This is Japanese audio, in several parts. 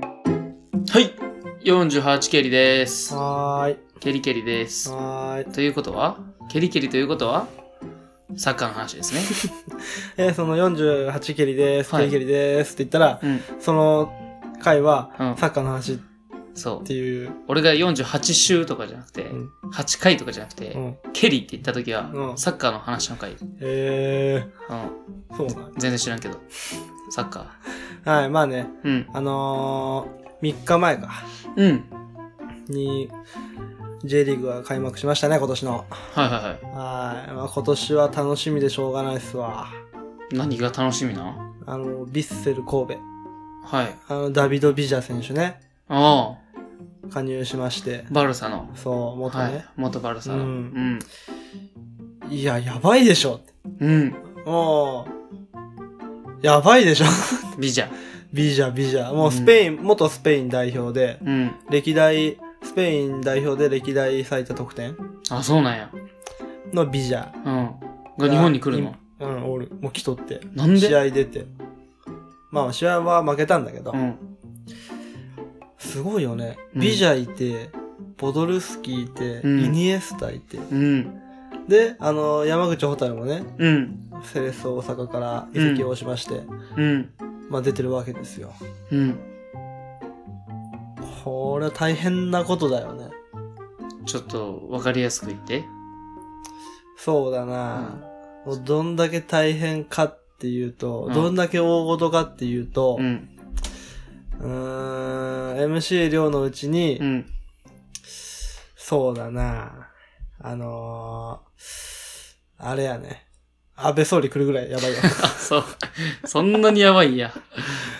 はい。48ケリです。はーい。ケリケリです。はーい。ということはケリケリということはサッカーの話ですね。えーその48蹴りです、はい蹴り蹴りですって言ったら、うん。その回はうん、サッカーの話っそう。ていう、俺が48週とかじゃなくて、うん8回とかじゃなくて、うん。ケリって言った時は、うんサッカーの話の回。うん。えー、そうなん全然知らんけど。サッカー。やはい、まあね、うん。あのー、3日前か、うん。に、J リーグが開幕しましたね、今年の。はいはいはい。はい。まあ、今年は楽しみでしょうがないっすわ。何が楽しみなあの、ヴィッセル神戸。はい。あの、ダビド・ビジャ選手ね、ああ、加入しまして。バルサの。そう、元はねい。。元バルサの。ううんん。いや、やばいでしょ。うん。もう、やばいでしょ。 ビジャ。ビジャ、ビジャ。もうスペイン、元スペイン代表で、うん。歴代、スペイン代表で歴代最多得点あ、そうなんや。のビジャ。うん。が日本に来るの。うん、おる。もう来とって。なん試で合出て。まあ、試合は負けたんだけどう、ん。すごいよね。うんビジャいて、ボドルスキーいて、うんイニエスタいて。うん。で、あの、山口蛍もね、うん。セレッソ大阪から移籍をしまして、うん。まあ出てるわけですよ。うん。これは大変なことだよね。ちょっと、わかりやすく言って。そうだな、もうどんだけ大変かっていうと、うんどんだけ大事かっていうと、う。うんーん、MC 量のうちに、うん。そうだなあのー、あれやね。安倍総理来るぐらいやばいよ。 あ、そう。そんなにやばいんや。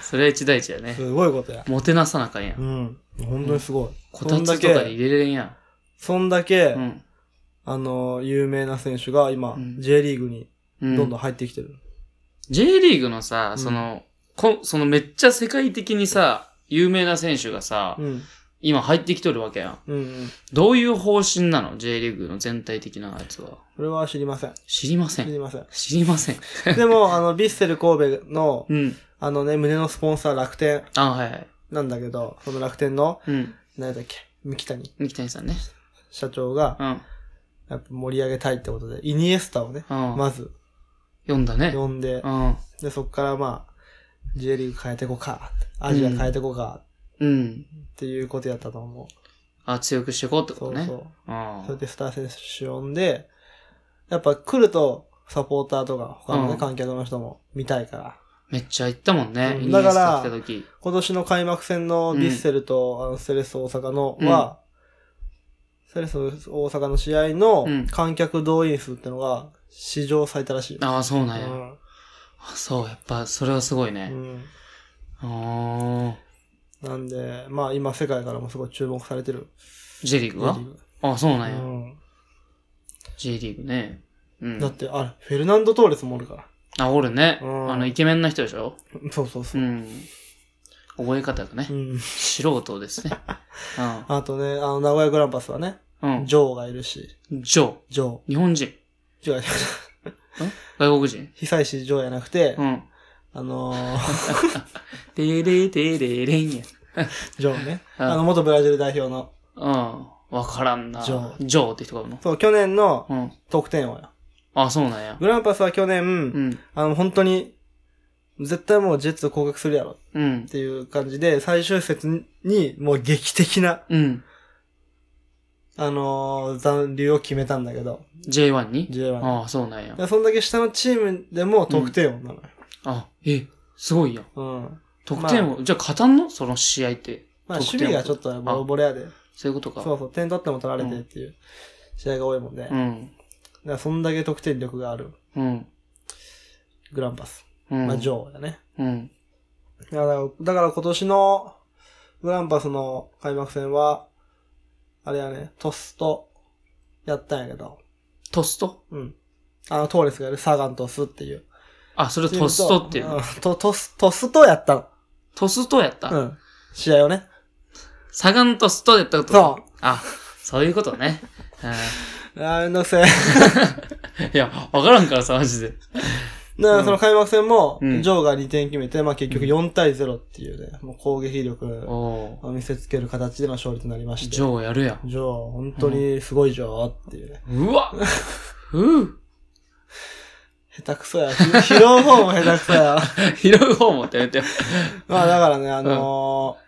それは一大事やね。すごいことや。もてなさなあかんや。うんん。本当にすごい。こそたんつだとけかに入れれんやそんだけ、ん。うん。あのー、有名な選手が今、うん J リーグにうん。どんどん入ってきてる。 J リーグのさ、うんその、こそのめっちゃ世界的にさ、有名な選手がさ、うん。今入ってきとるわけやん。うんうん。どういう方針なの ?J リーグの全体的なやつは。それは知りません。知りませ知ん。りません。知りま せん。でも、あの、ヴィッセル神戸 の、うん。あのね、胸のスポンサー楽天あ、はいはい。なんだけど、その楽天の、うん。何だっけ、三木谷三木谷さんね。社長が、うん。やっぱ盛り上げたいってことで、イニエスタをね、うん。まず読んだね。呼んでう、ん。で、そっからまあ、J リーグ変えてこうか、アジア変えてこうか、うん。っていうことやったと思あ、強くしていこうってう。そことうね。そう。あそれでスター選手呼んで、やっぱ来ると、サポーターとか、他うのね、ん観客の人も見たいから。めっちゃ行ったもんね。うんイニエスタだから来た時。今年の開幕戦のヴィッセルと、あのセレッソ大阪のは、セレッソ大阪の試合のうん観客動員数ってのが史上最多らしいよ。ああ、そうなんや。うんあそう、やっぱ、それはすごいね。うんあーなんで、まあ今世界からもすごい注目されてる。 J リーグは J リーグあそうなんや。うん J リーグね。うだっん。て、あれ、フェルナンド・トーレスもおるから。 あ、おるね。うんあの、イケメンな人でしょそうそうそうう。ん。覚え方がねう、ん、素人です ね。あとね、あの、名古屋グランパスはね、うん。うん。ジョーがいるし、ジョー。ジョ日本人。ー。違う違う。 外国人。被災市ジョーじゃなくて、うん。あのー てれてれれんや。ジョーね。うんあの、元ブラジル代表の。うん。わからんな。ジョジョーって人がいるの。そう、去年のうん。得点王や。あ、そうなんや。グランパスは去年、うん。あの、本当に、絶対もうジェッツを降格するやろうんっ。ていう感じで、最終節にもう劇的な、うん。あのー残留を決めたんだけど、 J1 に J1。ああ、そうなんや。でそんだけ下のチームでも得点王なのよ。あ、え、すごいやん。うん。得点を、じゃあ勝たんのその試合って。まあ、得守点王備がちょっとボロボロやで。そういうことか。そうそう、点取っても取られてっていう試合が多いもんで。だかん。らそんだけ得点力があるうん。グランパス。うん。まあ、ジョーだね。うん。いやだからだから今年のグランパスの開幕戦は、あれやね、トスとやったんやけど、トストうん。あの、トーレスがやるサガントスっていう。あ、それトストっていううんの。と、トス、トスとやったトストやった、の。うん。試合をね。サガンとストやったことそあ、そういうことね。うんう。あーめんどくせえ。いや、わからんからさ、マジで。だからその開幕戦も、ジうョんーが2点決めて、まあ結局4対0っていうね、もう攻撃力をおー見せつける形での勝利となりまして。ジョーやるやん。ジョー、本当にすごいジョーっていうね。うわ ふう 下手くそや。 拾う方も下手くそや。拾う方もってやめてよ。まあ だからね、あのー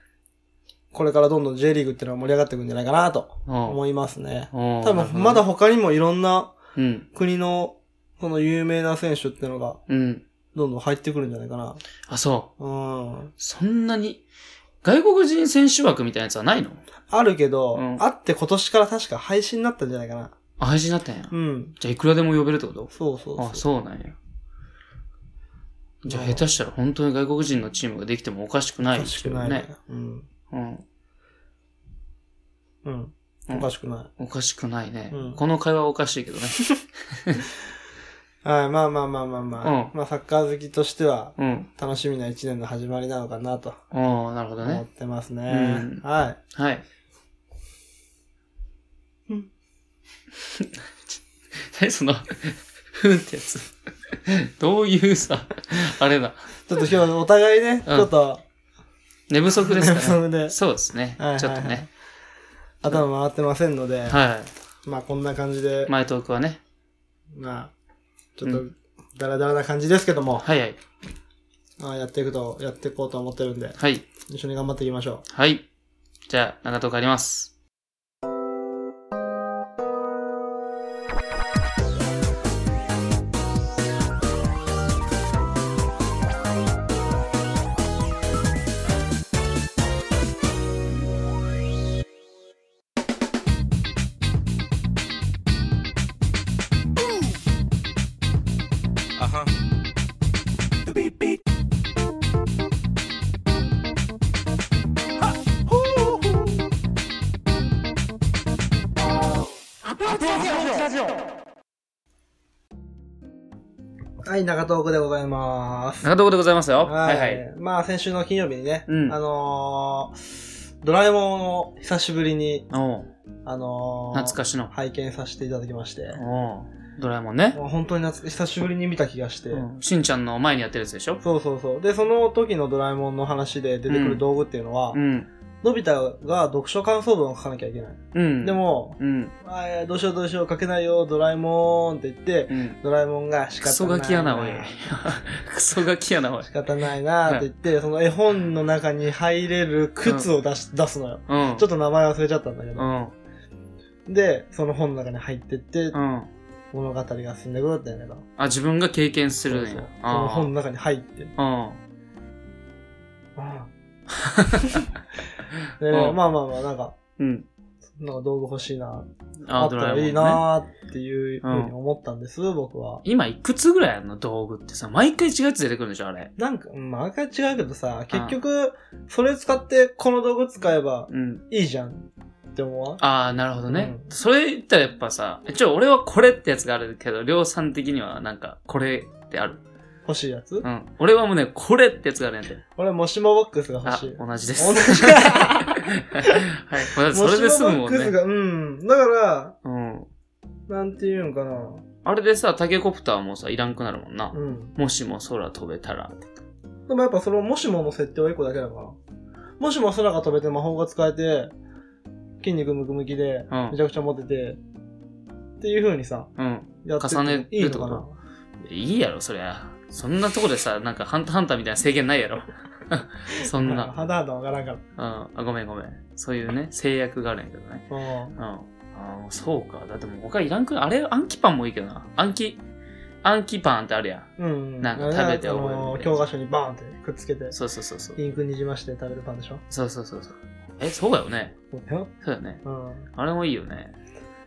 これからどんどん J リーグっていうのは盛り上がっていくんじゃないかなとうん思いますね。多多分、まだ、他にもいろんなうん。国の、この有名な選手ってのが、うん。どんどん入ってくるんじゃないかな。あ、そう。うん。そんなに、外国人選手枠みたいなやつはないのあるけど、うんあって今年から確か配信になったんじゃないかな。あ、配信だったんや。うん。じゃあ、いくらでも呼べるってことそうそうそう。あ、そうなんや。じゃあ、うん下手したら本当に外国人のチームができてもおかしくないおでかしすくよないねね。。うん。うん。うん。うんおかしくなおかしくないねうん。この会話はおかしいけどね。い。はい、まあまあまあまあまあ。まあサッカー好きとしては、うん。楽しみな一年の始まりなのかなとおー、なるほど思っね。てますね。うんはい。はい。うん 何その、ふんってやつ。どういうさ、あれだ。ちょっと今日お互いね、ちょっと、寝不足ですか眠 そうでね。、そうですねはいはいは。いちょっとね。頭回ってませんので、はまあこんな感じでい。、前トークはね。まあ、ちょっとう、ダラダラな感じですけども、はいはい。まあやっていくと、やっていこうと思ってるんで、はい。一緒に頑張っていきましょう。はい。じゃあ、長トークあります。 Uh-huh. Beep, beep. Ha! はい、中トークでございます。長トークでございますよ。はいはい。まあ、先週の金曜日にね、うんあのー、ドラえもんを久しぶりに、おうあのー、懐かしの。拝見させていただきまして、おうドラえもんね。もう本当に懐か久しぶりに見た気がして、うんしんちゃんの前にやってるやつでしょそうそうそう。で、その時のドラえもんの話で出てくる道具っていうのは、うん。のび太が読書感想文を書かなきゃいけない。うん。で、も、うん。あーどうしようどうしよう書けないよ、ドラえもんって言って、うん。ドラえもんが仕ク方ソないガな。キやな、おい。クソガキやな、おい仕。方ないなって言って、その絵本の中に入れる靴を出し、出すのよ。うん。ちょっと名前忘れちゃったんだけうど。ん。で、その本の中に入ってって、うん。物語が進んでくるんだよね。あ、自分が経験するんそうやそう。そのあ本の中に 入って。あ。で、うんまあまあまあ、なんか、うん。うん。なんか道具欲しいな、ああ、っドたラえらもんいいね。なっていうふうに思ったんです、僕は。今、いくつぐらいあんの道具ってさ、毎回違うやつ出てくるんでしょ、あれ。なんか、うん毎回違うけどさ、結局、それ使ってこの道具使えばうん。いいじゃんって思わんああ、なるほどね。うんそれ言ったらやっぱさ、えちょ、俺はこれってやつがあるけど、量産的にはなんか、これってある。欲しいやつ、うん。俺はもうね、これってやつがあるんやて。俺、もしもボックスが欲あしい。、同じです。同じ はい。まあそれで済むもんもしもボックスね。が、うん。だから、うん。なんていうんかな。あれでさ、タケコプターもさ、いらんくなるもんな。うん。もしも空飛べたら。でもやっぱその、もしもの設定は一個だけだから。もしも空が飛べて魔法が使えて、筋肉ムキムキで、うんめちゃくちゃモテて、っていう風にさ、うん。やってって重ねいいるっのてこかとな。いいやろ、そりゃ。そんなとこでさ、なんか、ハンターハンターみたいな制限ないやろ。 そんな。肌肌わからんから。うん。あ、ごめんごめん。そういうね、制約があるんやけどね。うん。うん。ああ、そうか。だってもう他いらんくらい。あれ、アンキパンもいいけどな。アンキ、アンキパンってあるやん。うん。なんか食べて覚えるみたいなあの教科書にバーンってくっつけて、そうそうそうそう。インクにじまして食べるパンでしょそうそうそうそう。え、そうだよね。そうだよ。そうだよね。うん。あれもいいよね。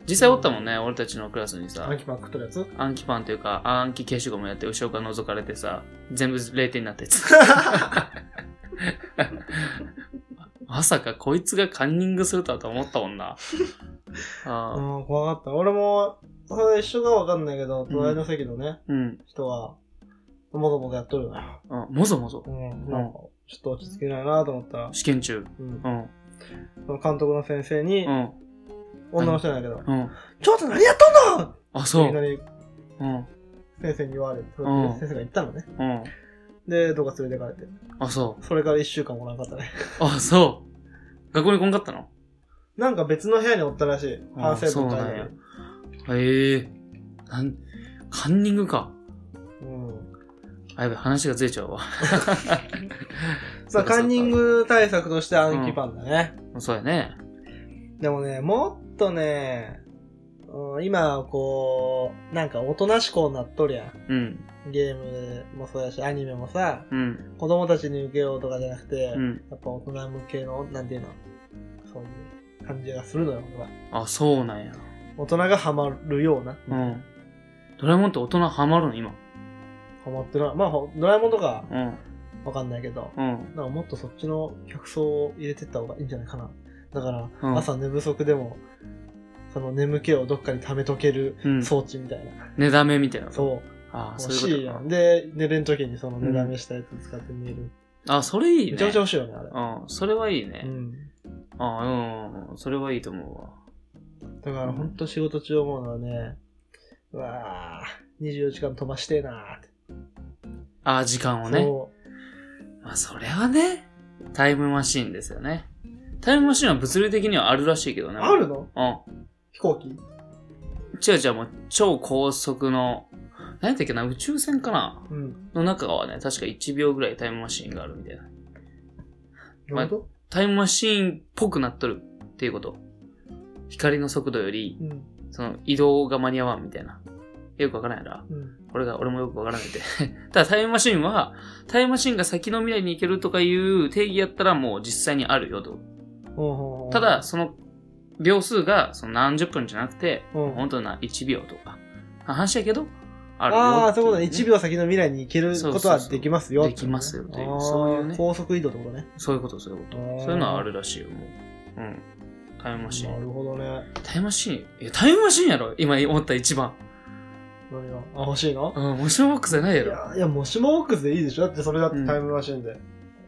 実際おったもんね、俺たちのクラスにさア、キパン食っとるやつアンキパンというか、アンキ消しゴムやって、後ろから覗かれてさ、全部0点になったや つ。まさかこいつがカンニングするとはと思ったもんな。ああ、うん、怖かった。俺も、それ一緒かわかんないけど、ん隣の席のね、うん。人は、もぞもぞやっとるよな。あもぞもぞう。ん、なんか、ちょっと落ち着けないなと思ったら、試験中。うんう、ん。その監督の先生にう、ん。女の人なんだけど、うん。ちょっと何やっとんのあ、ってそいきなう。りうん。先生に言われて、先ん生が言ったのね。うん。で、どっか連れてかれて。あ、そそれから一週間おらんかったね。 う。あ、そう。学校に来んかったのなんか別の部屋におったらしい。あ反省そう文な会んでや。へえなん、カンニングか。うん。あ、やべ、話がずれちゃうわ。 さあ、カンニンそうか。グ対策として暗記パンだね。そうやね。でもね、もっとね、うん、今、こう、なんかおとなしこうなっとるやん。うん。ゲームもそうやし、アニメもさ、うん。子供たちに受けようとかじゃなくて、うん。やっぱ大人向けの、なんていうの、そういう感じがするのよ、僕は。あ、そうなんや。大人がハマるような。うん。ドラえもんって大人ハマるの今。ハマってるな。まあ、ほドラえもんとかうん。わかんないけど、うん。なんかもっとそっちの客層を入れてった方がいいんじゃないかな。だから、うん朝寝不足でも、その眠気をどっかに溜めとけるうん。装置みたいな。寝だめみたいな。そう。ああ、欲そうしいいうこやとん。で、寝れん時にその寝だめしたやつ使って寝る。か。あ、それいいね。めちゃめちゃ欲しいよね、あれ。うん。それはいいね。うん。あうん。それはいいと思うわ。だからほんと仕事中思うのはね、うわぁ、24時間飛ばしてぇなぁって。ああ、時間をね。そまあ、それはね、タイムマシーンですよね。タイムマシーンは物理的にはあるらしいけどうね。あるのうん。飛行機違う違う、もう超高速の、何やったっけな、宇宙船かなうん。の中はね、確か1秒ぐらいタイムマシーンがあるみたいな。なるほど。タイムマシーンっぽくなっとるっていうこと。光の速度より、うん。その移動が間に合わんみたいな。よくわからんやろうん。俺が、俺もよくわからなくて。 ただタイムマシンは、タイムマシンが先の未来に行けるとかいう定義やったらもう実際にあるよと。ほうほうほうただ、、その秒数がその何十分じゃなくて、うん本当な1秒とか。話やけど、あるよああ、ってそういうことね。1ね秒先の未来に行けることはできますよってことそうそうそうできね。ますよというあーそういうね高速移動ってことね。そういうこと、そういうこと。あーそういうのはあるらしいよ、もう。うん。タイムマシなン。るほどね。タイムマシンいや、タイムマシンやろ今思った一番。何があ、欲しいのうん、もしもボックスじゃないやいろ。や、いや、もしもボックスでいいでしょだってそれだってタイムマシンで。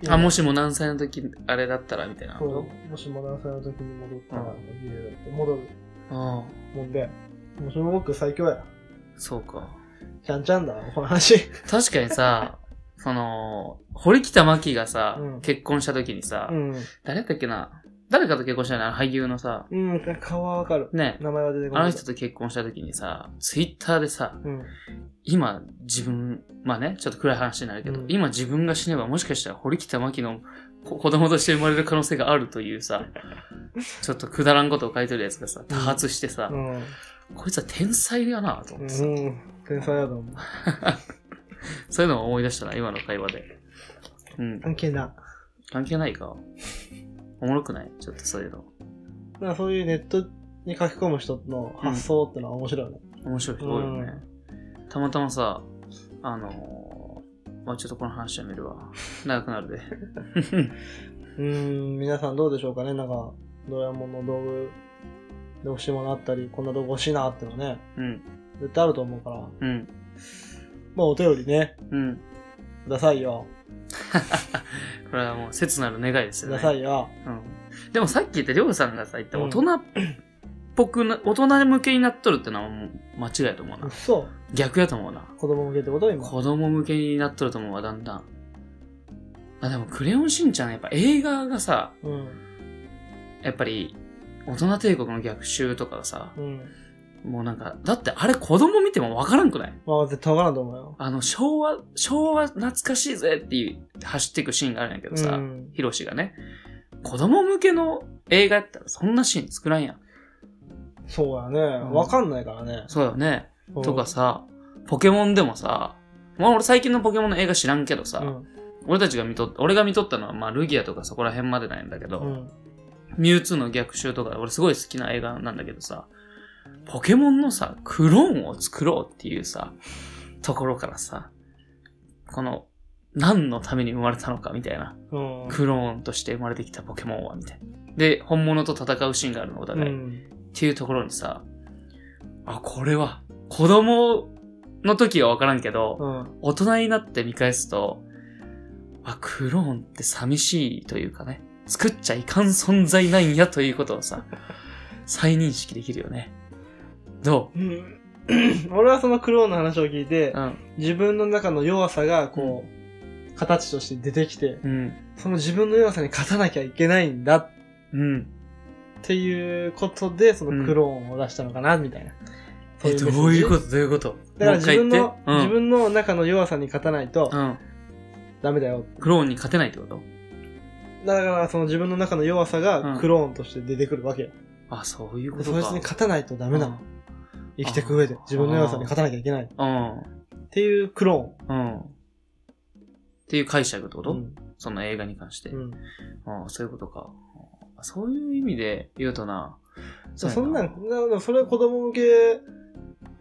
あ、もしも何歳の時、あれだったら、みたいなこそうと。もしも何歳の時に戻ったらう、理由だって戻るああ、もんで。もしもボックス最強や。そうか。ちゃんちゃんだな、この話。確かにさ、 その、堀北真希がさ、うん結婚した時にさ、ん。誰だっけな誰かと結婚したのあの俳優のさ、うん、顔はわかる。ね、名前は出てこなあい。の人と結婚した時にさ、ツイッターでさ、うん。今自分、まあね、ちょっと暗い話になるけど、うん今自分が死ねばもしかしたら堀北真希の子子供として生まれる可能性があるという さ、ちょっとくだらんことを書いてるやつがさ、多発してさ、うん。こいつは天才だなと思ってさ、うん。天才だと思う。そういうのを思い出したな、今の会話で。うん。関係な。関係ないか。おもろくないちょっとそういうの。だからそういうネットに書き込む人の発想ってのは面白いよね。面白い人多いよね。たまたまさ、あのー、まあちょっとこの話は見るわ。長くなるで。うーん、皆さんどうでしょうかねなんか、ドラえもんの道具で欲しいものあったり、こんな道具欲しいなってのね、うん、絶対あると思うから、うん、まあお便りね、うん。くださいよ。これはもう切なる願いですくよね。ださいよ。うん。でもさっき言ったりょうさんがさ、言ったうん大人っぽくな、大人向けになっとるってのはもう間違いやと思ううっな。そ。逆やと思うな。子供向けってこと今。子供向けになっとると思うわ、だんだん。あ、でもクレヨンしんちゃんやっぱ映画がさ、うん。やっぱり、大人帝国の逆襲とかがさ、うん。もうなんか、だってあれ子供見てもわからんくないまあ絶対わからんと思うよ。あの、昭和、昭和懐かしいぜっていう、走っていくシーンがあるんやけどうさ、ん。ヒロシがね、子供向けの映画やったらそんなシーン少ないやん。そうやね。んわかんないからね。そうよね。うんとかさ、ポケモンでもさ、まあ俺最近のポケモンの映画知らんけどさ、うん俺たちが見とっ、俺が見とったのはまあルギアとかそこら辺までなんだけど、うん。ミュウツーの逆襲とか、俺すごい好きな映画なんだけどさ、ポケモンのさ、クローンを作ろうっていうさ、ところからさ、この、何のために生まれたのかみたいな。うん。クローンとして生まれてきたポケモンは、みたいな。で、本物と戦うシーンがあるの、おう互い。っん。ていうところにさ、あ、これは、子供の時はわからんけど、うん。大人になって見返すと、あ、クローンって寂しいというかね、作っちゃいかん存在 なんやということをさ、再認識できるよね。どうん。俺はそのクローンの話を聞いて、うん。自分の中の弱さが、こう、形として出てきて、うん。その自分の弱さに勝たなきゃいけないんだっうん。ていうことで、そのクローンを出したのかな、みたいな。え、どういうこととどういうことだから自もう分一、の回言って自分の中の弱さに勝たないとうん。うん。ダメだよ。クローンに勝てないってことだからその自分の中の弱さうがんクローンとして出てくるわけよ。あ、そういうこでとそか。いつに勝たないとダメなの。生きていく上であー自分の弱さに勝たなきゃいけない。っうん。ていうクロうん。っていう解釈ってこーと、ン。その映画に関して。うん。うん。ああ、そういうことか。あそういう意味で言うとな。うやそんなん、なでもそれは子供向け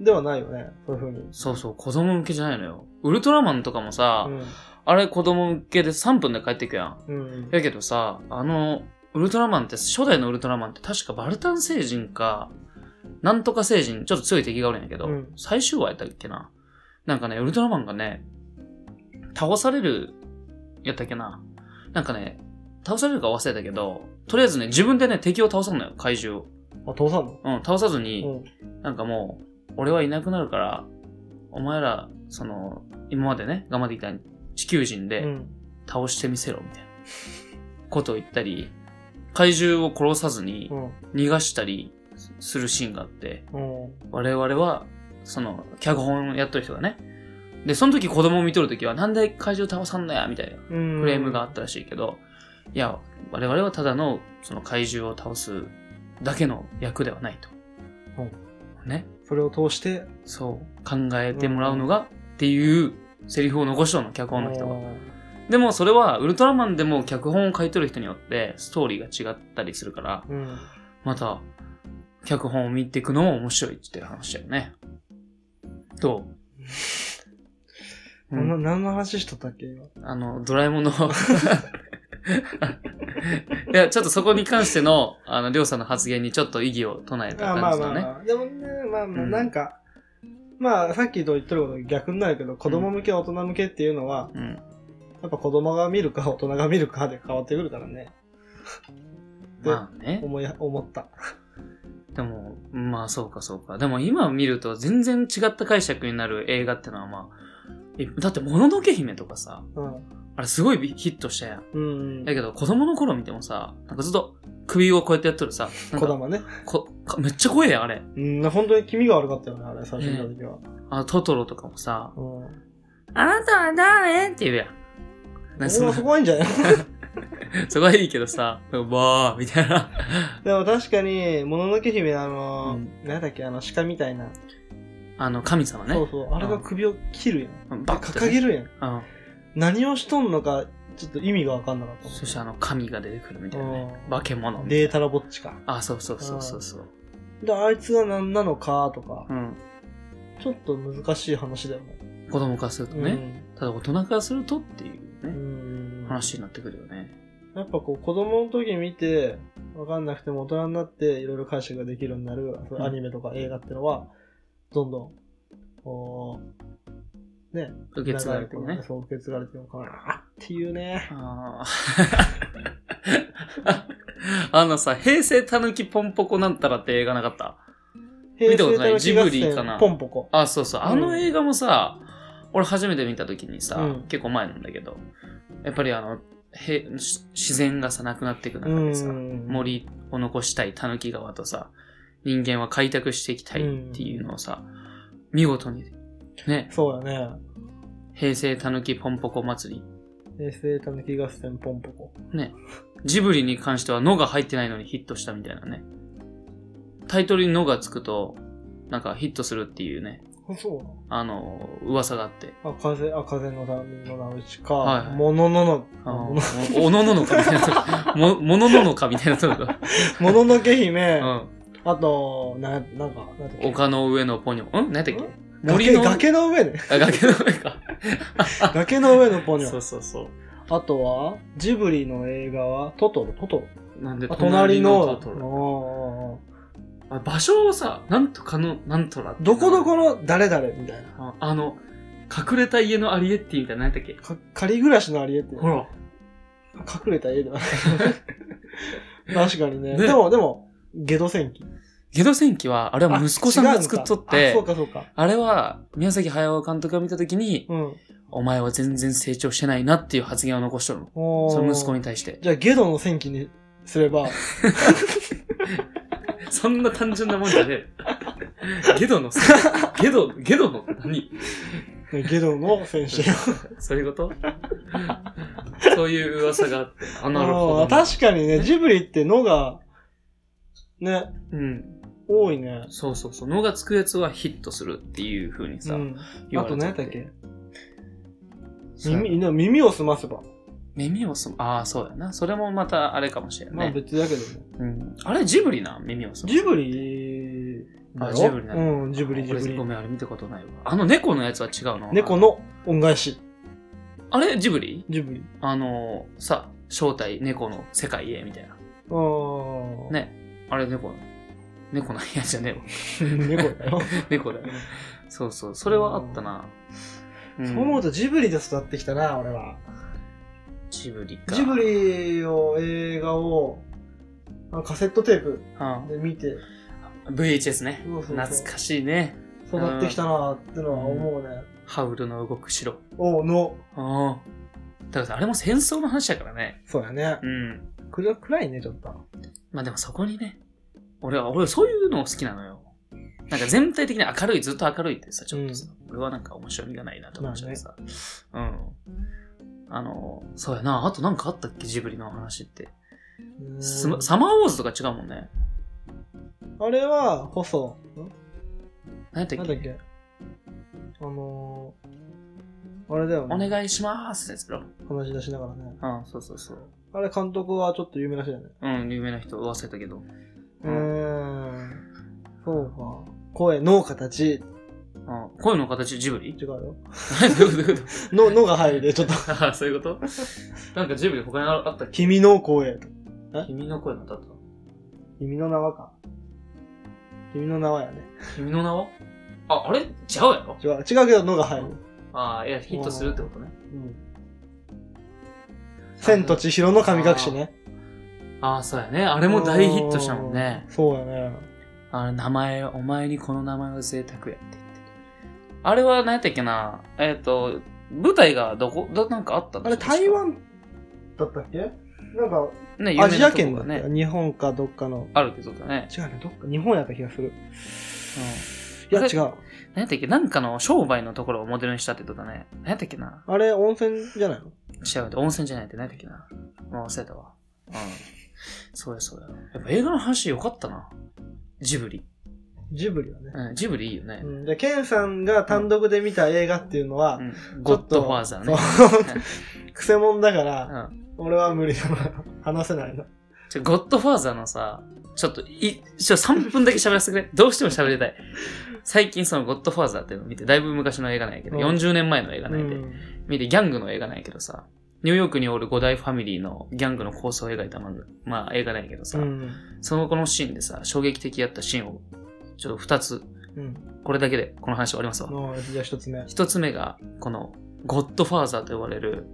ではないよね。そういうふうに。そうそう、子供向けじゃないのよ。ウルトラマンとかもさ、うんあれ子供向けで3分で帰ってくやん。うん。やけどさ、あの、ウルトラマンって、初代のウルトラマンって確かバルタン星人か、なんとか星人、ちょっと強い敵がおるんやけど、うん最終話やったっけな。なんかね、ウルトラマンがね、倒される、やったっけな。なんかね、倒されるか忘れたけど、とりあえずね、自分でね、敵を倒さんのよ、怪獣を。あ、父さんのうん、倒さずに、うん。なんかもう、俺はいなくなるから、お前ら、その、今までね、頑張ってきた地球人で、うん。倒してみせろ、みたいなことを言ったり、怪獣を殺さずにうん。逃がしたりするシーンがあって、うん。我々は、その、脚本やっとる人がね、で、その時子供を見とる時は、なんで怪獣倒さんのや、みたいなフクレームがあったらしいけど、いや、我々はただの、その怪獣を倒すだけの役ではないと。ね。それを通して、そう、考えてもらうのが、っていうセリフを残しとんの、脚本の人が。でもそれはウルトラマンでも脚本を書いてる人によってストーリーが違ったりするから、うん。また脚本を見ていくのも面白いっていう話だよね。どう、う、なん何の話しとったっけ今。あの、ドラえもんの 。いや、ちょっとそこに関しての、あの、りょうさんの発言にちょっと異議を唱えたあ感まあじまだあね。まあ。でもね、まあまあ、うんなんか、まあ、さっきと言ってること逆になるけど、子供向け、大人向けっていうのは、うん。やっぱ子供が見るか、大人が見るかで変わってくるからね。でまあね。思い、思った。でも、まあそうかそうか。でも今見ると全然違った解釈になる映画ってのはまあ、えだってもののけ姫とかさ、うん。あれすごいヒットしたやん。うん。だけど子供の頃見てもさ、なんかずっと首をこうやってやっとるさ、なん子か供ね。こかめっちゃ怖えやん、あれ。うん、本当に気味が悪かったよね、あれ、最初の時は。あトトロとかもさ、うん。あなたはダメって言うやん。なんかそそこのそこはいいんじゃない そこはいいけどさ、ばーみたいな。でも確かに、もののけ姫、あの、うんなんだっけ、あの、鹿みたいな。あの、神様ね。そうそう。あれが首を切るやん。バッて、掲げるやん。うん。何をしとんのか、ちょっと意味がわかんなかった。そしてあの、神が出てくるみたいなねう。ん化け物みたいデな。ータラぼっちか。あ、そうそうそうそうそう。で、あいつが何なのかとかう、ん。ちょっと難しい話だよね。子供からするとね。ただ大人からするとっていううね、ん。うん。話になってくるよね。やっぱこう、子供の時見て、わかんなくても大人になって、いろいろ解釈ができるようになる、そういうアニメとか映画ってのは、どんどん、こう、ね、受け継がれて流もれねく。そう、受け継がれてるのかなっていうね。あー あのさ、平成たぬきポンポコなんたらって映画なかった見たことない平成狸合戦ジブリかなポンポコ。あ、そうそう。あうのん映画もさ、俺初めて見た時にさ、うん結構前なんだけど、やっぱりあの、へし自然がさ、なくなっていく中でさ、森森を残したいたぬき側とさ、人間は開拓していきたいっていうのをさ、見事に、ね、そうやね。平成たぬきポンポコ祭り。平成狸合戦ポンポコ。ね、ジブリに関しては「の」が入ってないのにヒットしたみたいなね。タイトルに「の」がつくと、なんかヒットするっていうね、あそうなのあの、噂があって。あ、風、あ、風の波の直しか、はいはいもののの、あのもおのののかみたいなとこ。 も、ものののかみたいなとこ。のののけ姫、 うん。あと、な、なんか、なんだっけ丘の上のポニョ。ん何やったっけん森の。崖崖の上ね。あ崖の上か。崖の上のポニそうョ。そうそう。あとは、ジブリの映画は、トトロ、トトロ。なんで、あ隣の、トトロおーおーおあ場所をさ、なんとかの、なんとらってーどこどこの誰々みたいな。ああの、隠れた家のアリエッティみたいな、何やったっけか、仮暮らしのありえって。ほら。隠れた家ではない 確かにね。ねでも、でも、ゲド戦記。ゲド戦記は、あれは息子さんが作っとっあてそう、かそうか。あれは、宮崎駿監督が見たときに、うん。お前は全然成長してないなっていう発言を残しとるの。おーその息子に対して。じゃあ、ゲドの戦記にすれば、 そんな単純なもんじゃねえ。ゲ ドの、 ゲド、ゲドの何ゲドの戦士。そういうことそういう噂があって。あ、 なるほあどーな。確かにね、ジブリってのが、ね、うん。多いね。そうそうそう。のがつくやつはヒットするっていう風にうさ、ん。言あわれててと何やったっけそうやな耳、耳を澄ませば。耳をすま、ああ、そうやな。それもまたあれかもしれんまあね。別だけどね。うん、あれジブリな、耳をすまジブリだあよジブリなのうん、ジブリ、ジブ俺ごリ。めん、あれ見たことないわ。あの猫のやつは違うの猫。の恩返し。あれジブリジブリ。あのー、さ、正体、猫の世界へ、みたいな。あー。ね。あれ猫なの猫なんやじゃねえわ。 猫だよ。猫だよね。そうそう、それはあったな。うんそう思うとジブリで育ってきたな、俺は。ジブリか。ジブリを、映画を、あカセットテープあで見てあ VHS ね。そうそうそう懐かしいね。育ってきたなってのは思うね。ハウルの動く城。おうの。ああ。だからさあれも戦争の話だからね。そうやねう。ん。くら暗いね、ちょっと。まあでもそこにね、俺は、俺そういうの好きなのよ。なんか全体的に明るい、ずっと明るいってさ、ちょっとさ、俺はなんか面白みがないなと思っちゃうさ。うん。あの、そうやな。あとなんかあったっけジブリの話って。うんスマサマーウォーズとか違うもんね。あれは、こそ、ん何やったなっんだけっけあのー、あれだよおね。願いしますですよ。話し出しながらね。うん、そうそうそう。あれ監督はちょっと有名らしいよね。うん、有名な人忘れたけど。ううんーん。そうか。声の形。あ声の形ジブリ 違うよ。どういうことどういうこの、のが入るで、ちょっと。 とあそういうこと なんかジブリ他にあったっけ君の声。君の声の歌あった君の名はか。君の名はやね。君の名はあ、あれ違うやろ違う、違うけど、のが入る。ああ、いや、ヒットするってことね。うん。千と千尋の神隠しね。ああ、そうやね。あれも大ヒットしたもんねう。ん。そうやね。あれ、名前、お前にこの名前は贅沢やって言って。あれは何やったっけなえっ、と、舞台がどこ、どなんかあったんあでしれ、ょ台湾だったっけなんか、ね、有ア名ジなアとこ圏だがねね。。日本かどっかの。あるけどだね。違うね、どっか。日本やった気がする。うん。いや、あれ違う。何やったっけなんかの商売のところをモデルにしたってことだね。何やったっけなあれ、温泉じゃないの違うよ。温泉じゃないって何やったっけなもう忘れたわ。うん。そうやそうや。やっぱ映画の話良かったな。ジブリ。ジブリはね。うん、ジブリいいよねう。ん。で、ケンさんが単独で見た映画っていうのはう、ん。ちゴょッっとドファーザーね。そうくせ者だから、うん。俺は無理だな。話せないな。ちょ、ゴッドファーザーのさ、ちょっと、い、ちょ、3分だけ喋らせてくれ。どうしても喋りたい。最近そのゴッドファーザーっていうのを見て、だいぶ昔の映画なんやけど、うん40年前の映画うなんやで、ん。見て、ギャングの映画なんやけどさ、ニューヨークにおる5大ファミリーのギャングの構想を描いたまず、まあ映画なんやけどさ、うん。そのこのシーンでさ、衝撃的やったシーンを、ちょっと2つ、うん。これだけでこの話終わりますわ。のじゃあ一つ目。 1つ目が、この、ゴッドファーザーと呼ばれる、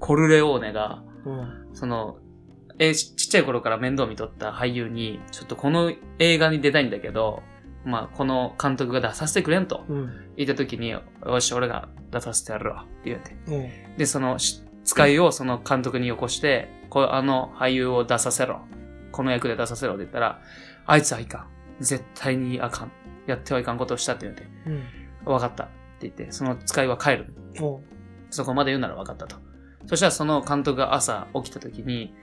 コルレオーネが、うん。その、えーちちっちゃい頃から面倒見とった俳優に、ちょっとこの映画に出たいんだけど、まあ、この監督が出させてくれんとうん。言った時に、よし、俺が出させてやるわ、って言って。うん。で、その、し使いをその監督によこして、こうあの俳優を出させろ。この役で出させろって言ったら、あいつはいかん。絶対にあかん。やってはいかんことをしたって言って、うん。わかった。って言って、その使いは帰る。おそこまで言うなら分かったと。そしたらその監督が朝起きた時に、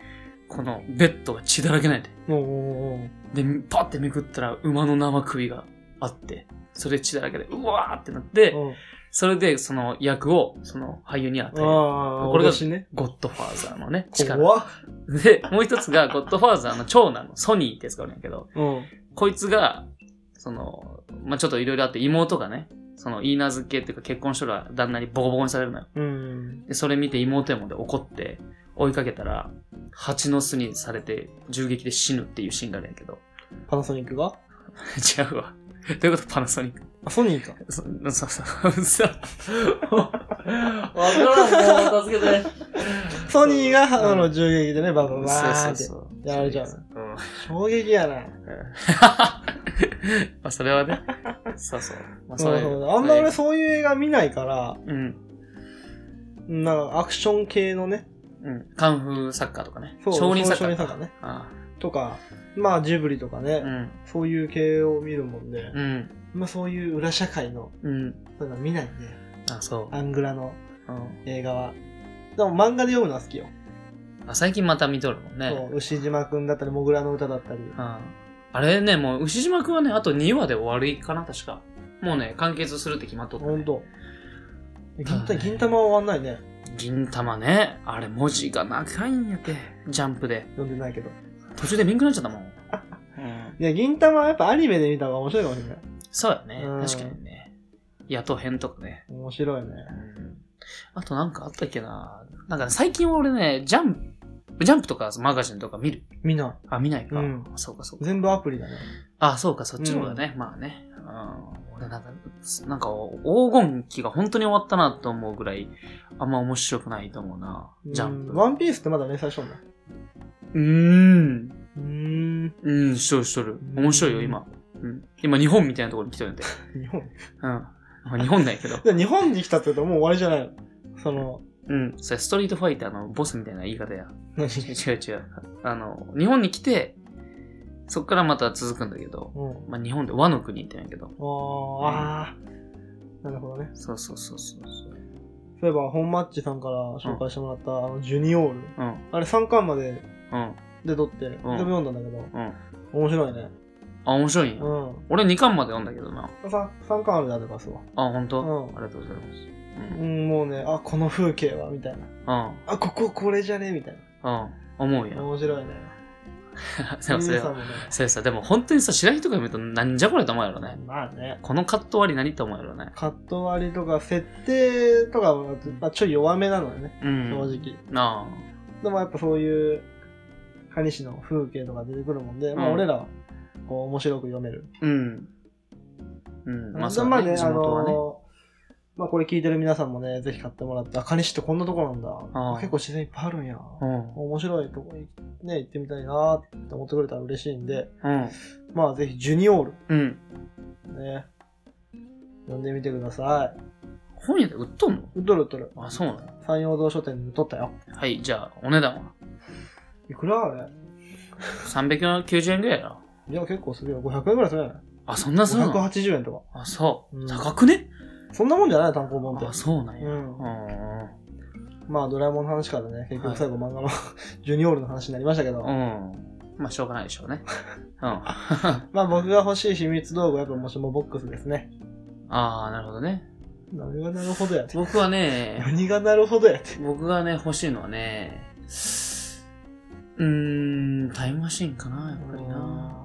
このベッドが血だらけなんで。おおーで、パッてめくったら馬の生首があって、それ血だらけで、うわーってなって、おーそれでその役をその俳優に与える。ああ、これが脅しね。ゴッドファーザーのね、力。怖っ。で、もう一つがゴッドファーザーの長男のソニーってやつがおるんやけど、うん。こいつが、その、まあ、ちょっといろいろあって妹がね、その、言い名付けっていうか結婚しとる旦那にボコボコにされるのよ。うん。で、それ見て妹やもんで怒って追いかけたら、蜂の巣にされて銃撃で死ぬっていうシーンがあるんやけど。 パナソニックが違うわ。どういうことパナソニック。あ、ソニーか。そ、そ、そ、そ。わからん、もう、助けて。ソニーが、うんあの、銃撃でね、バババーンって。う。やられちゃううん。 衝撃やな。まあ、それはね。そうそう。まあ、そうそうそうあんま俺そういう映画見ないから、うん。なんかアクション系のね、うん。カンフーサッカーとかね。そう少林サそうッカー少林サッカーね。あとか、まあジブリとかね、あうん。そういう系を見るもんで、うん。まあそういう裏社会の、うん。そういうの見ないんで、あ、そアングラのう。うん。映画は。でも漫画で読むのは好きよ。あ、最近また見とるもんね。そう牛島くんだったり、モグラの歌だったり。うんあれね、もう、牛島くんはね、あと2話で終わりかな、確か。もうね、完結するって決まっとった、ほんね。と。銀ただ玉、ね銀玉は終わんないね。銀玉ね。あれ、文字が長いんやて。ジャンプで。読んでないけど。途中で見んくなっちゃったもん。うん。いや、銀玉はやっぱアニメで見た方が面白いかもしれない。そうやねうん。確かにね。野党編とかね。面白いね。うんあとなんかあったっけな。なんかね、最近は俺ね、ジャンプ、ジャンプとかマガジンとか見る。みんな、あ、見ないか。うんそうか、そうか。全部アプリだね。あ、そうか、そっちの方がね、まあね。うん。俺なんか、なんか黄金期が本当に終わったなと思うぐらい、あんま面白くないと思うな。ジャンうプ。んワンピースってまだ連載しとんだ。うーん。うーん。うん、しとるしとる。面白いよ、今。うん。今、日本みたいなところに来てるんで。日本うん。まあ日本だ けど。で日本に来たって言うともう終わりじゃないのその、うん。それ、ストリートファイターのボスみたいな言い方や。何違う違う。あの、日本に来て、そっからまた続くんだけど、うん。まあ、日本で和の国って言うんやけど。ああ、あーなるほどね。そうそうそうそうそう。そういえば、本マッチさんから紹介してもらった、あの、ジュニオール。うん。あれ3巻までうん。で撮って、全部読んだんだけど、うん。面白いね。あ、面白いんや。うん。俺2巻まで読んだけどな。 3, 三巻あるであればすわ。あ、本当、うんありがとうございます。う、ん、もうね、あ、この風景は、みたいな。うあ、こここれじゃねみたいん。うん。思うな。よ。面白いね。 でもそれ皆さは、んもね。それさ、でも本当にさ、知らん人が見るとなんじゃこれと思うやろね。まあね。この葛藤あり何と思うやろね。カット割りとか、設定とかは、まあ、ちょい弱めなのよね、う正ん。直。なでもやっぱそういう、蟹市の風景とか出てくるもんで、まあうん俺らは、こう、面白く読める。あ。うん。うん。まあ、でそうまあだね、ね。地あ元はね。のーまあこれ聞いてる皆さんもね、ぜひ買ってもらって、あ、蟹市ってこんなとこなんだ。ああ結構自然いっぱいあるんや。うん。面白いとこにね、行ってみたいなって思ってくれたら嬉しいんで、うん。まあぜひジュニオーうん。ル、ね、読んでみてくださ本屋で売っとんのい。うっとるうっとる。あ、そうなの山陽堂書店で売っとったよ。はい、じゃあ、お値段はいくらあれ390円ぐらいやな。いや、結構するよ。500円ぐらいするんじゃないあ、そんなするの ?580 円とか。あ、そう。うん高くねそんなもんじゃない単行本ってあ、。そうなんや。ううんん。まあ、ドラえもんの話からね、結は局い最後漫画の ジュニオールの話になりましたけど、うん。まあ、しょうがないでし ょうね。うん。あまあ僕が欲しい秘密道具はやっぱもしもボックスですね。あー、なるほどね。何がなるほどやって。僕は ね、何がなるほどやって。僕がね、欲しいのはね、うーん、タイムマシンかな、やっぱりな。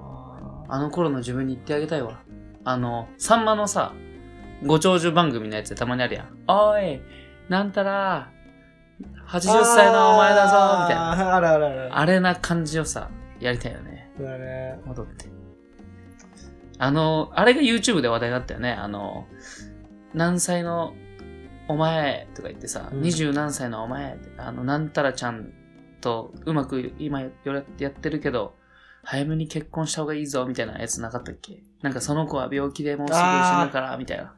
あの頃の自分に言ってあげたいわ。あの、さんまのさ、ご長寿番組のやつでたまにあるやん。おい、なんたら、80歳のお前だぞ、みたいな。な。あらあらあら。あれな感じをさ、やりたいよね。そうだね。戻って。あの、あれが YouTube で話題になったよね。あの、何歳のお前とか言ってさ、うん二十何歳のお前って、あの、なんたらちゃんとうまく今よやってるけど、早めに結婚した方がいいぞみたいなやつなかったっけなんかその子は病気でもうすぐ死ぬから、みたいな。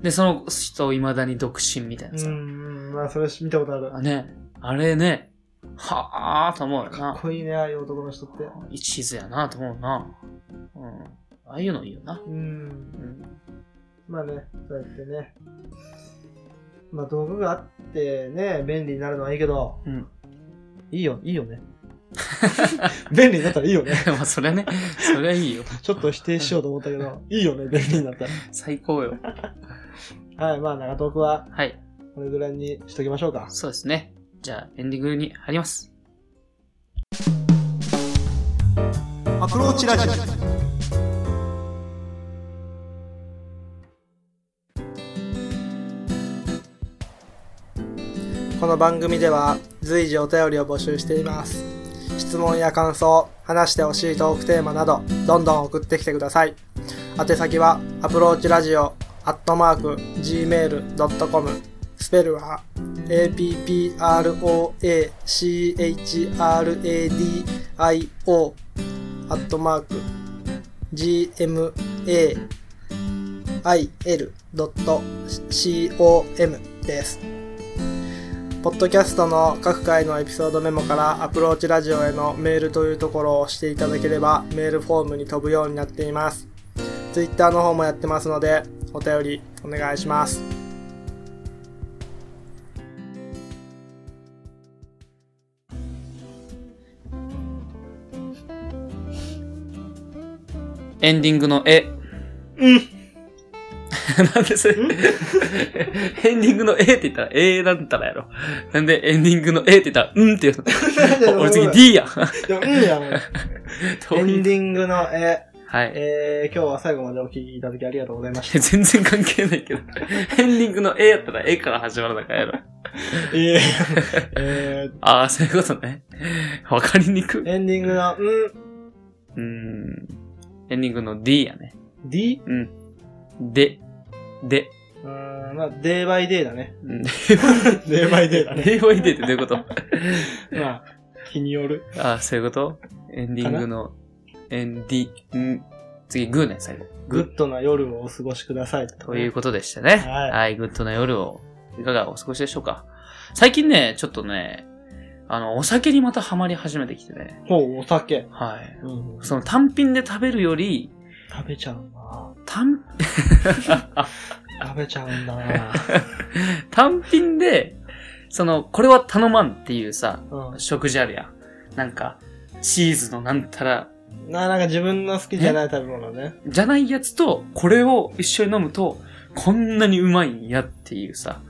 で、その人未だに独身みたいなうさ。ん、うんまあそれ見たことある。あね、あれね、はあと思うよかっな。こいいね、ああいう男の人って。一途やなと思うな。うん。ああいうのいいよな。うん。うん。まあね、そうやってね。まあ道具があってね、便利になるのはいいけど、うん。 いいよ、いいよね。便利になったらいいよね。まあ、それね、それはいいよ。ちょっと否定しようと思ったけど、いいよね、便利になった最高よ。ら。はい、まあ長遠くははい。これぐらいにしときましょうか。そうですね。じゃあ、エンディングに入ります。アプローチラジオ。この番組では随時お便りを募集しています。質問や感想、話してほしいトークテーマなど、どんどん送ってきてください。宛先はアプローチラジオアットマーク Gmail.com スペルは APPROACHRADIO アットマーク gmail.com です。ポッドキャストの各回のエピソードメモからアプローチラジオへのメールというところを押していただければメールフォームに飛ぶようになっています。Twitter の方もやってますのでお便りお願いします。エンディングの絵。うん。 なんでそれ、エンディングの絵って言ったら、えーなんたらやろ。なんでエンディングの絵って言ったら、うんって言うの。 俺次 D やん。 うんやん。エどういンうディングの絵、はい。えー、今日は最後までお聞きいただきありがとうございまし全然関係ないけど。エンディングの絵やったら、絵から始まるだからやろ。た。えー、えああ、そういうことね。わかりにくい。ー、エンディングの、ううーん。エンディングの D やね。ん、D? うん。で、で。うーん、まあ、デイバイデイ だね。うん。デイバイデイ AYD ってどういうこと まあ、日による。ああ、そういうことエンディングの、エンディ、ん、次、グーね、最後。ググッドな夜をお過ごしください。ーということでしたね。はいはい、グッドな夜を、いかがお過ごしでしょうか最近ね、ちょっとね、あの、お酒にまたハマり始めてきてね。ほう、お酒。はい。うん。その単品で食べるより、食べちゃうな単、食べちゃうん だな単品で、その、これは頼まんっていうさ、う食事あるやん。なんか、チーズのなんたら、ん。な、なんか自分の好きじゃない食べ物ね。じゃないやつと、これを一緒に飲むと、こんなにうまいんやっていうさ、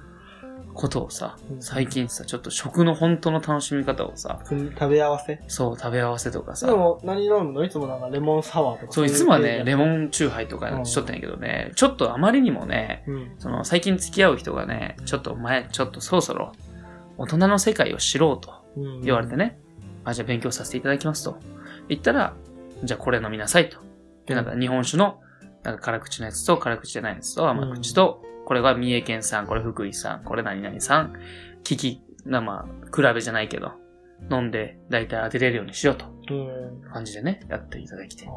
ことをさう、ん最近さ、ちょっと食の本当の楽しみ方をさ、組み食べ合わせ。そう、食べ合わせとかでさ、も、何飲むのいつもなんかレモンサワーとか。そう、いつもは系じゃね、んレモンチューハイとかしとったんやけどね、ちょっとあまりにもね、うん。その、最近付き合う人がね、ちょっと前、ちょっとそろそろ、大人の世界を知ろうとうん。言われてね、あ、じゃあ勉強させていただきますと。言ったら、じゃあこれ飲みなさいと。で、なんか日本酒の、なんか辛口のやつと辛口じゃないやつと甘口と、これが三重県産、これ福井産、これ何々産、聞き、なまあ、比べじゃないけど、飲んで大体当てれるようにしようと。うん。感じでね、やっていただきて。なん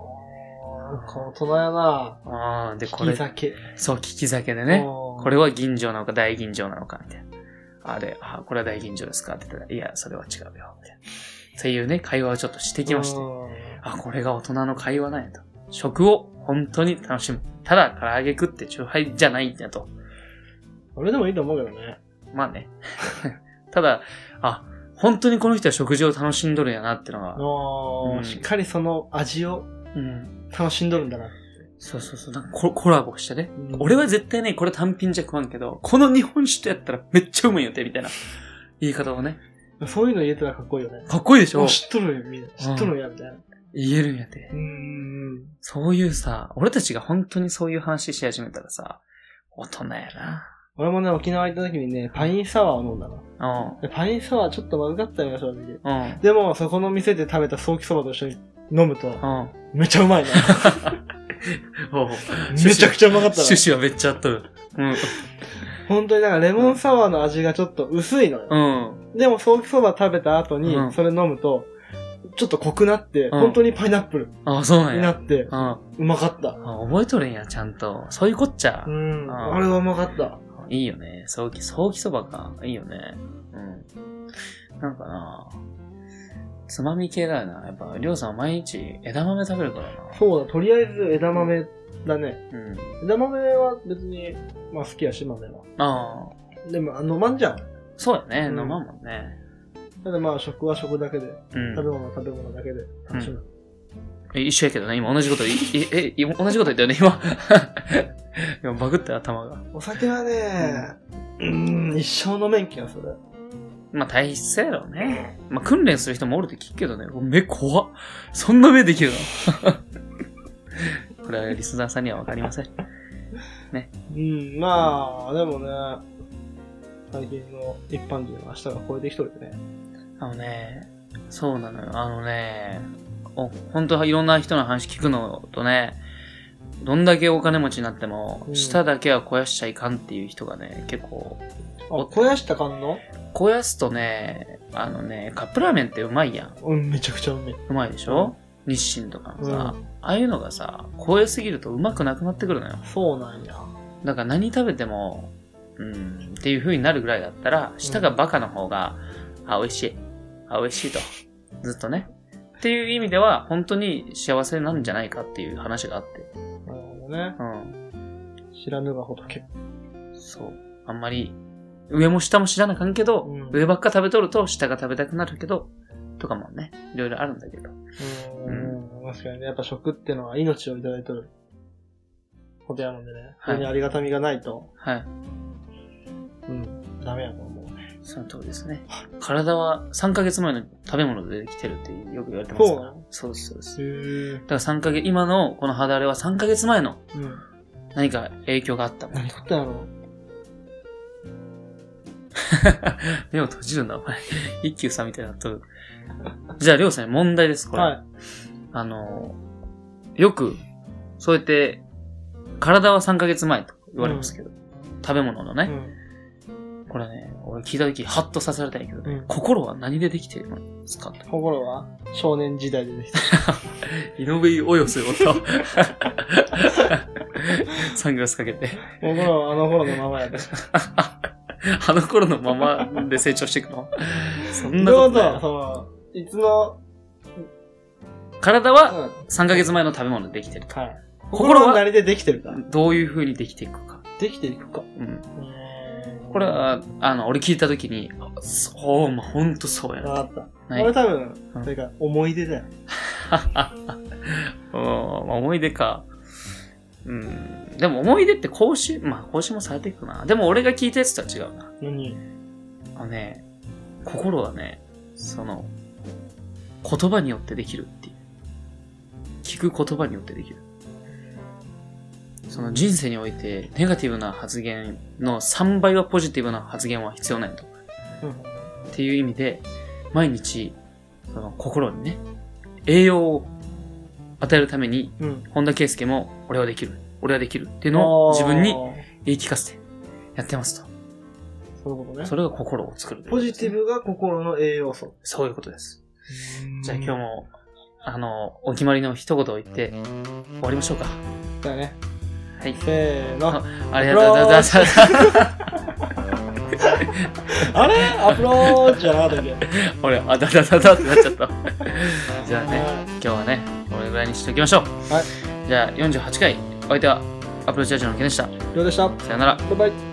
か大人やなあー、で、こ引きれ、酒。そう、聞き酒でね、ここれは吟醸なのか大吟醸なのか、みたいな。あれ、あ、これは大吟醸ですかって言ったら、いや、それは違うよ、みたいな。っていうね、会話をちょっとしてできまして。あ、これが大人の会話なんやと。食を本当に楽しむ。ただ、唐揚げ食ってチューハイじゃないんだと。俺でもいいと思うけどね。まあね。 ただ、あ、本当にこの人は食事を楽しんどるんやなってのが、あうんーしっかりその味をうん。楽しんどるんだな。そうそうそう。なんかココラボしてね。うん俺は絶対ね、これ単品じゃ食わんけど、この日本酒とやったらめっちゃうまいよって、みたいな言い方をね。そういうの言えたらかっこいいよね。かっこいいでしょあ知っとるんや、みんな。知っとるんや、みたいな。言えるんやてう。ん。そういうさ、俺たちが本当にそういう話し始めたらさ、大人やな。俺もね、沖縄行った時にね、パインサワーを飲んだの。でパインサワーちょっとまずかったよ、正直。うん。うん。でも、そこの店で食べたソーキそばと一緒に飲むと、うん。めちゃ うまいな。おうめちゃくちゃうまかったな。趣旨はめっちゃあったよ。うん。本当になんかレモンサワーの味がちょっと薄いのよ。うん。でも、ソーキそば食べた後にう、んそれ飲むと、ちょっと濃くなって、本当にパイナップルあ、そうなんになや。って、うん。あうまかった。覚えとるんや、ちゃんと。そういうこっちゃう。ん。あーあれはうまかった。いいよね。早期、早期そばか。いいよね。うん。なんかなつまみ系だよな。やっぱ、りょうさんは毎日枝豆食べるからな。そうだ、とりあえず枝豆だね。うん。枝豆は別に、まあ好きやし、豆は。ああ、でも、あの、まんじゃん。そうやね。うん飲まんもんね。ただまあ、食は食だけで、うん食べ。物は食べ物だけで楽しむ。え一緒やけどね、今同じことい、いえ、今同じこと言ったよね、今。 今バグったよ頭が。お酒はね、うん、一生飲めん気がする。まあ体質やろうね。まあ訓練する人もおるって聞くけどね。目怖っ。そんな目できるの これはリスナーさんにはわかりません。うん、まあ、でもね、最近の一般人は明日が超えてきとるよね。あのね、そうなのよ。あのね、お本当はいろんな人の話聞くのとね、どんだけお金持ちになってもう、ん舌だけは肥やしちゃいかんっていう人がね、結構、あ、肥やしたかんの肥やすとね、あのね、カップラーメンってうまいやん。うん、めちゃくちゃうめえ。うまいでしょ、日清とかもさ、うんああいうのがさ、肥えすぎるとうまくなくなってくるのよ。そうなんや。だから何食べても、うん、っていう風になるぐらいだったら、舌がバカの方が、あ、美味しい。あ、美味しいと。ずっとね。っていう意味では、本当に幸せなんじゃないかっていう話があって。なるほどね。うん。知らぬが仏。そう。あんまり、上も下も知らなあかんけど、うん上ばっか食べとると下が食べたくなるけど、とかもね、いろいろあるんだけど。うん、確かにね。やっぱ食ってのは命をいただいとることやもんでね。はいそれにありがたみがないと、はい。うん、ダメやと思うね。その通りですね。体は3ヶ月前の食べ物でできてるってよく言われてますそうかなら。のそうです、そうです。へぇだから3ヶ月、今のこの肌荒れは3ヶ月前のうん。何か影響があったもん。何食ったんやろ目を閉じるんだ、お前。 一休さんみたいになっとる。じゃあ、りょうさんに問題です、これ。はい。あのー、よく、そうやって、体は3ヶ月前と言われますけど、食べ物のうね、ん。これね、俺聞いた時ハッと刺されたんやけど、うん心は何でできてるんですかって。心は少年時代で できた。井上およせよと。 サングラスかけて。 心はあの頃のままやで。あの頃のままで成長していくのそんなどうこということないは、その、いつの、体うはん。 3ヶ月前の食べ物でできてると。はい。心心はは何でできてるか。どういう風にできていくか。できていくか。うん。ここれ、は、あの、俺聞いた時に、あそう、まあ、ほんとそうやな。わかった。はい。うこれん多分うん、それか思い出だよ。まあ思い出か。うん。でも思い出って更新、まあ更新もされていくな。でも俺が聞いたやつとは違うな。何あのね、心はね、その、言葉によってできるっていう。聞く言葉によってできる。その人生において、ネガティブな発言の3倍はポジティブな発言は必要ないと。うん。っていう意味で、毎日、その心にね、栄養を与えるために、うん。本田圭佑も、俺はできる、俺はできるっていうのを自分にあー言い聞かせてやってますと。そういうことねそ。れが心を作る。ポジティ。ブが心の栄養素。そういうことです。じゃあ今日も、あの、お決まりの一言を言って、終わりましょうか。日。だね。はい。せーの。ありがとうございます。あれアプローチじゃなかったっけ 俺、あだだだだってなっちゃった。 じゃあね。は今日はね、これぐらいにしておきましょう。はじゃあ、48回、お相手は、アプローチラジオの件でした。い。どうでしたさよなら。バイバイ。